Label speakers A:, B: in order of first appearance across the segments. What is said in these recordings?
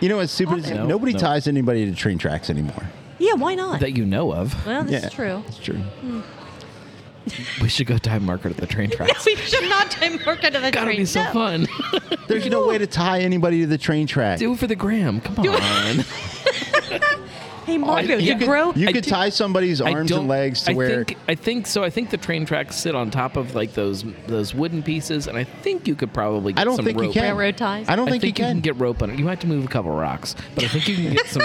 A: You know, it's stupid. as-
B: No,
A: nobody
B: no.
A: ties anybody to train tracks anymore.
C: Yeah, why not?
B: that you know of.
C: well, this
A: Yeah.
C: is true.
A: It's true.
B: We should go tie marker to the train tracks.
C: we should not time work out of the
B: That'll
C: train.
B: be so
C: No.
B: fun.
A: There's no way to tie anybody to the train track.
B: Do it for the gram. Come on.
C: Hey, Margo,
B: Oh, you
C: you
B: could-
C: grow.
A: you
B: I
A: could
B: do-
A: tie somebody's
B: I
A: arms and
B: don't-
A: legs to
B: I
A: where
B: Think, I think so. I think the train tracks sit on top of like those those wooden pieces, and I think you could probably. Get
A: I don't
B: some
A: think
B: rope.
A: you can.
C: Railroad ties?
A: I don't
B: I
A: think, you can.
B: get rope on it. You have to move a couple rocks, but I think you can get some.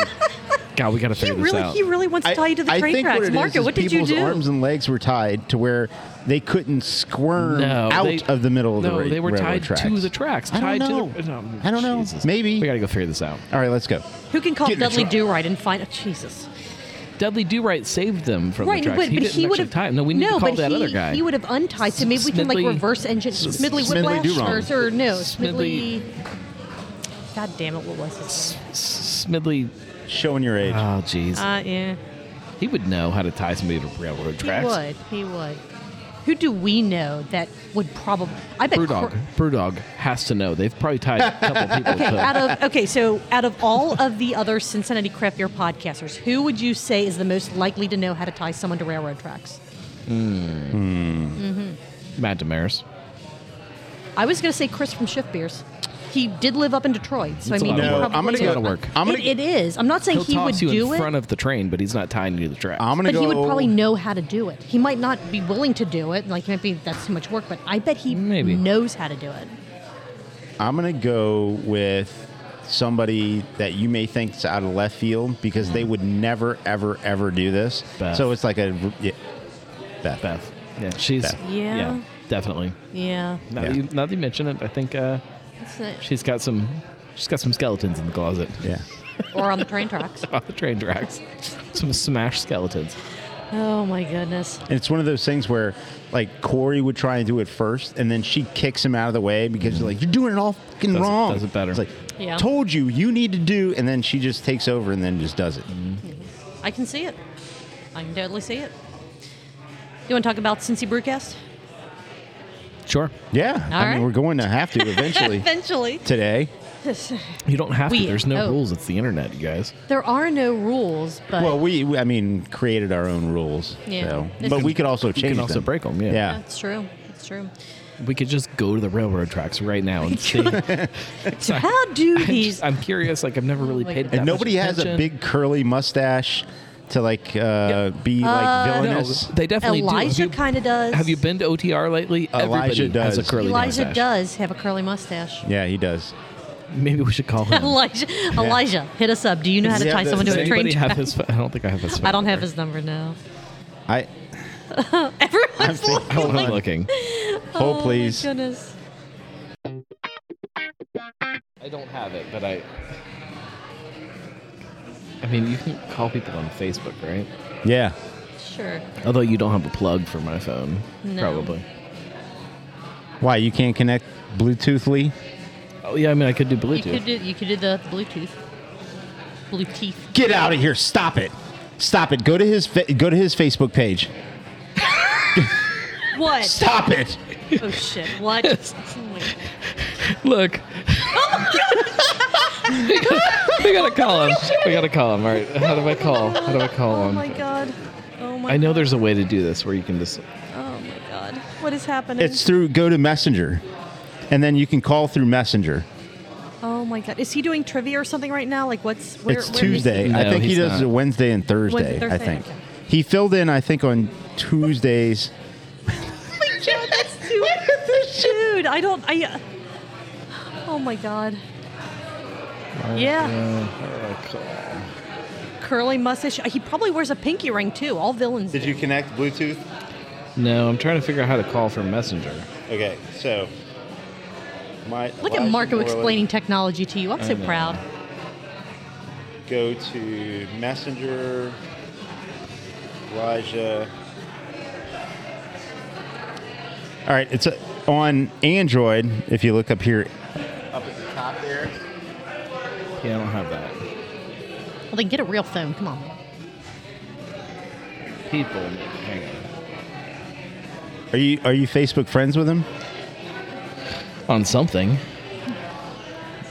B: God, we got to
C: He
B: figure this
C: really,
B: out.
C: he really wants to tie you to the
A: I
C: train
A: think
C: tracks.
A: What it is
C: Margo,
A: is
C: what did you
A: people's
C: do?
A: arms and legs were tied to where they couldn't squirm
B: no,
A: out
B: they-
A: of the middle of
B: no,
A: the rail-
B: they were
A: railroad
B: tied
A: tracks.
B: to the tracks.
A: I don't
B: tied
A: know.
B: To the, no,
A: I don't know.
B: Jesus.
A: Maybe.
B: we got to go figure this out.
A: All right, let's go.
C: Who can call
A: Get in the
C: Dudley
A: truck.
C: Do Right and find? Oh, Jesus.
B: Dudley Do Right saved them from
C: Right,
B: the tracks.
C: but,
B: he
C: but
B: didn't
C: he would
B: actually
C: have
B: tie them. No, we need to call
C: but
B: that
C: he,
B: other guy.
C: He would have untied, so maybe we can like
B: Smidley-
C: reverse engine Smidley
A: Smidley
C: Whiplash
A: Durong.
C: or, or no
B: Smidley-
C: Smidley. God damn it! What was his name?
B: Smidley.
A: Showing your age.
B: Oh, jeez.
C: Uh, yeah,
B: he would know how to tie somebody to railroad tracks.
C: he would. He would. Who do we know that would probably? I bet.
B: Brewdog.
C: Cro-
B: Brewdog has to know. They've probably tied a couple people
C: Okay,
B: to
A: uh,
C: out of okay, so out of all of the other Cincinnati craft beer podcasters, who would you say is the most likely to know how to tie someone to railroad tracks?
B: Matt Damaris.
C: I was going to say Chris from Shift Beers. He did live up in Detroit, so
B: That's a
C: I mean,
B: lot
C: he
B: of work.
C: probably
A: I'm gonna
B: It's a
A: go.
B: lot of work.
A: I'm gonna.
C: It- it is. I'm not saying
B: He'll
C: he
B: toss
C: would
B: you
C: do
B: in
C: it,
B: front of the train, but he's not tying you to the track.
A: I'm gonna
C: but
A: go.
C: he would probably know how to do it. He might not be willing to do it. Like maybe that's too much work, but I bet he
B: Maybe.
C: knows how to do it.
A: I'm gonna go with somebody that you may think is out of left field because they would never, ever, ever do this.
B: Mm. Beth.
A: So it's like a yeah, Beth.
B: Beth. Yeah, she's
A: Beth.
C: Yeah.
B: definitely.
C: Yeah,
B: Now,
A: Yeah.
B: that you, now that you mention it, I think uh, she's got some she's got some skeletons in the closet
A: Yeah.
C: or on the train tracks.
B: on the train tracks. some smashed skeletons.
C: Oh my goodness.
A: And it's one of those things where like Corey would try and do it first, and then she kicks him out of the way because she's like, "You're doing it all fucking
B: Mm. Does it-
A: wrong."
B: does it better.
A: It's like,
C: Yeah.
A: "Told you, you need to do," and then she just takes over and then just does it.
C: I can see it. I can totally see it. You want to talk about Cincy Brewcast?
B: Sure.
A: Yeah, I
C: right.
A: mean, we're going to have to eventually
C: Eventually.
A: today.
B: You don't have
C: We-
B: to. There's no
C: oh.
B: rules. It's the internet, you guys.
C: There are no rules, but
A: Well, we, we- I mean, created our own rules.
C: Yeah.
A: so-
C: It's-
A: but we could also
B: can
A: change
B: also
A: them.
B: break 'em, yeah.
A: Yeah.
C: that's true. That's true.
B: We could just go to the railroad tracks right now and see.
C: So how do
B: I'm,
C: these?
B: just- I'm curious. Like I've never really
C: my
B: paid.
C: God.
B: that
A: And
B: much
A: nobody has a
B: attention.
A: big curly mustache to like uh, be like
B: No,
A: villainous.
B: they definitely do.
C: Elijah
B: Have you-
C: kind of does.
B: Have you been to OTR lately?
A: Elijah
B: Everybody has a
A: does.
B: curly
C: Elijah
B: mustache.
C: does have a curly mustache.
A: yeah, he does.
B: Maybe we should call him.
C: Elijah, Elijah, hit us up. Do you know how to
A: Yeah,
C: tie someone to
B: Does
C: a train
B: anybody have
C: track?
B: his? pho- I don't think I have his.
C: I don't
B: phone
C: have
B: number.
C: his number now.
A: I
C: Everyone's
A: I'm-
C: looking.
B: Hold on, I'm looking.
A: hold
C: Oh,
A: please.
C: My goodness.
B: I don't have it, but I. I mean, you can call people on Facebook, right?
A: Yeah.
C: Sure.
B: Although you don't have a plug for my phone,
C: No.
B: probably.
A: Why you can't connect Bluetoothly?
B: Oh yeah, I mean, I could do
C: You could
B: Bluetooth.
C: do. You could do the Bluetooth. Bluetooth.
A: Get out of here! Stop it! Stop it! Go to his fa- go to his Facebook page.
C: What?
A: Stop it!
C: oh shit! What? Oh, my God.
B: Look. we gotta call him. We gotta call him. All right. How do I call? How do I call
C: Oh
B: him?
C: my god. Oh my.
B: I know there's a way to do this where you can just.
C: Oh my god. What is happening?
A: It's through go to Messenger, and then you can call through Messenger.
C: oh my god. Is he doing trivia or something right now? Like what's? Where,
A: it's
C: where is he?
A: Tuesday.
B: No,
A: I think he
B: he's
A: does
B: not.
A: it Wednesday and Thursday.
C: Wednesday,
A: I
C: Thursday,
A: think
C: okay.
A: he filled in. I think on Tuesdays.
C: Dude, Oh that's too. Dude, I don't. I. uh, Oh my god. Yeah, curly mustache. He probably wears a pinky ring too. All villains. do.
A: connect Bluetooth?
B: No, I'm trying to figure out how to call from Messenger.
A: Okay, so my
C: Look at Marco explaining technology to you. I'm so
B: know.
C: proud.
A: Go to Messenger. Elijah. All right, it's uh on Android. If you look up here, up at the top there.
B: Yeah, I don't have that.
C: Well, then get a real phone. Come on.
B: People, hang on.
A: Are you are you Facebook friends with him?
B: On something.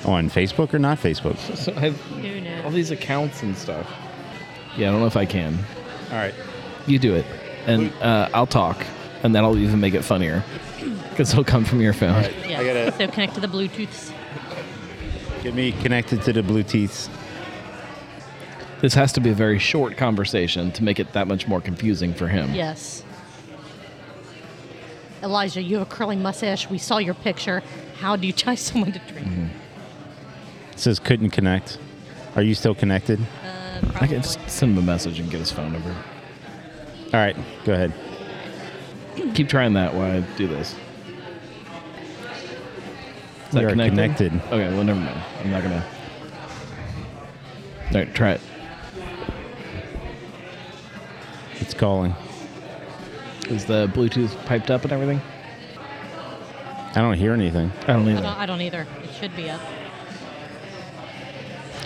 A: on Facebook or not Facebook?
B: So I have
C: Who
B: all
C: knows?
B: these accounts and stuff. Yeah, I don't know if I can.
A: All right.
B: You do it, and uh, I'll talk, and that'll even make it funnier because it'll come from your phone.
C: Yeah.
A: I gotta
C: So connect to the Bluetooths.
A: get me connected to the Bluetooth.
B: This has to be a very short conversation to make it that much more confusing for him.
C: Yes. Elijah, you have a curling mustache. We saw your picture. How do you tie someone to a tree?
A: It says couldn't connect. Are you still connected?
B: I can just send him a message and get his phone number.
A: All right, go ahead.
B: Keep trying that while I do this. Is
A: We are connected.
B: Okay, well, never mind. I'm not gonna. All right, try it.
A: It's calling.
B: Is the Bluetooth piped up and everything?
A: I don't hear anything.
B: I don't
C: I,
B: either.
C: don't, I don't either. It should be up.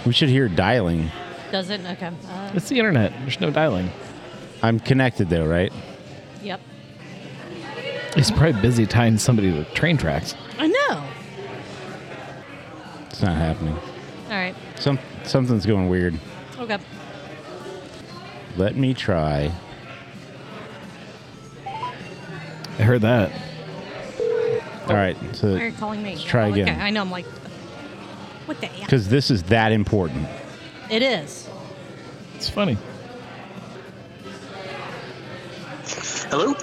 A: We should hear dialing.
C: Does it? Okay. Uh,
B: It's the internet. There's no dialing.
A: I'm connected though, right?
C: yep.
B: He's probably busy tying somebody to train tracks.
C: I know.
A: It's not happening.
C: All right.
A: Some something's going weird.
C: Okay.
A: Let me try.
B: I heard that.
A: All right,
C: Why are
A: so
C: you calling me?
A: Let's try
C: Oh,
A: again.
C: Okay. I know. I'm like, what the? heck?
A: because this is that important.
C: It is.
B: It's funny.
D: Hello?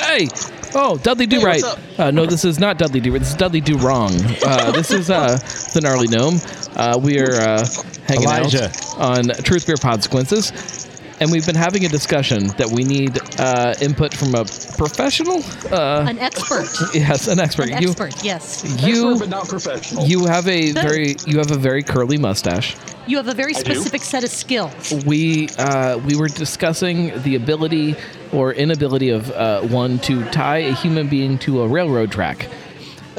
B: Hey! Oh, Dudley Do
D: Hey,
B: Right.
D: what's up?
B: Uh, no, this is not Dudley Do Right. This is Dudley Do Wrong. Uh, this is uh, the Gnarly Gnome. Uh, we are uh, hanging
A: Elijah.
B: out on Truth Beer Consequences, and we've been having a discussion that we need uh, input from a professional. Uh,
C: An expert.
B: yes, an expert.
C: An
B: you,
C: expert. Yes.
B: you,
D: Expert, but not professional.
B: you have a very, you have a very curly mustache.
C: You have a very
D: I do.
C: specific set of skills.
B: we uh, we were discussing the ability or inability of uh, one to tie a human being to a railroad track.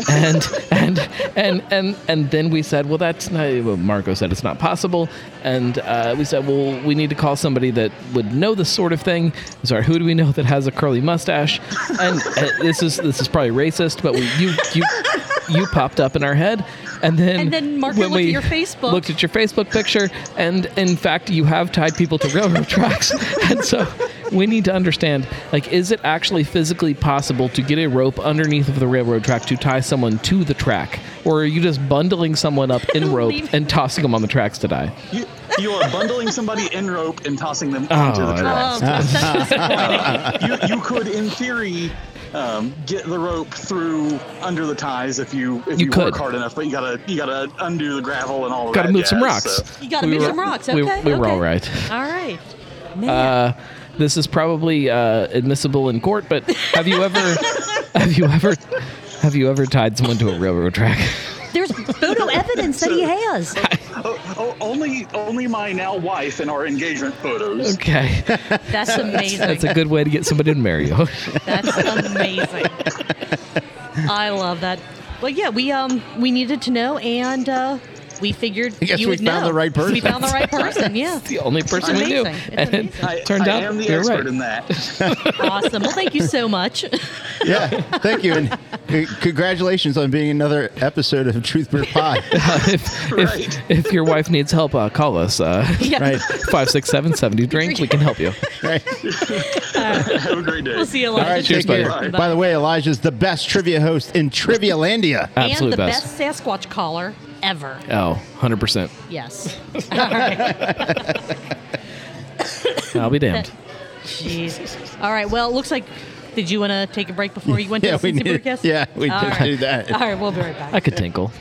B: and and and and and then we said, well, that's not. Well, Marco said it's not possible, and uh, we said, well, we need to call somebody that would know this sort of thing. Sorry, who do we know that has a curly mustache? And uh, this is this is probably racist, but we, you you you popped up in our head, and then
C: And then Marco
B: when
C: looked at
B: we
C: your Facebook.
B: looked at your Facebook picture, and in fact, you have tied people to railroad tracks. And so we need to understand like, is it actually physically possible to get a rope underneath of the railroad track to tie someone to the track? Or are you just bundling someone up in rope
C: Leave-
B: and tossing them on the tracks to die?
D: You, you are bundling somebody in rope and tossing them
B: Oh,
D: onto the
C: Oh,
D: tracks.
C: that's disappointing.
D: You, you could, in theory, um, get the rope through under the ties if you if
B: You
D: you,
B: could.
D: work hard enough, but you gotta you gotta undo the gravel and all.
B: Got to
D: that
B: move some
D: jazz,
B: rocks.
D: so.
C: You gotta
B: We
C: move
B: were-
C: some rocks.
B: we-
C: Okay,
B: we were
C: okay.
B: all right.
C: All right. Man.
B: Uh, this is probably uh, admissible in court, but have you ever, have you ever, have you ever tied someone to a railroad track?
C: There's photo evidence that he has.
D: Oh, oh, only only my now wife in our engagement photos.
B: Okay,
C: That's amazing.
B: that's a good way to get somebody to marry you.
C: That's amazing. I love that. Well, yeah, we um we needed to know, and uh, we figured
A: I guess
C: you
A: we
C: would
A: found
C: know.
A: the right person.
C: We found the right person. Yeah,
B: the only person we knew.
C: amazing. It's
B: And it
C: amazing.
D: I,
B: turned
D: I
B: out
D: am the
B: you're
D: expert
B: right.
D: in that.
C: awesome. Well, thank you so much.
A: Yeah, thank you, and c- congratulations on being another episode of Truth Beer Pod.
B: if,
D: Right.
B: if, if your wife needs help, uh, call us. Uh,
C: Yeah.
A: Right,
B: Five six seven seventy drink. We can help you.
A: right.
D: Have a great day.
C: We'll see you
A: All
C: later.
A: right,
B: Cheers,
A: take care.
D: buddy.
A: By the way, Elijah's the best trivia host in Trivialandia.
C: and
B: Absolute
C: the
B: best.
C: best. Sasquatch caller ever.
B: Oh, 100 percent.
C: Yes. All right.
B: I'll be damned.
C: Jeez. All right. Well, it looks like. Did you want to take a break before you went
A: Yeah,
C: to the
A: we
C: Cincy
A: need-
C: Brewcast?
A: yeah, we
C: All
A: did
C: right.
A: do that.
C: All right, we'll be right back.
B: I could tinkle.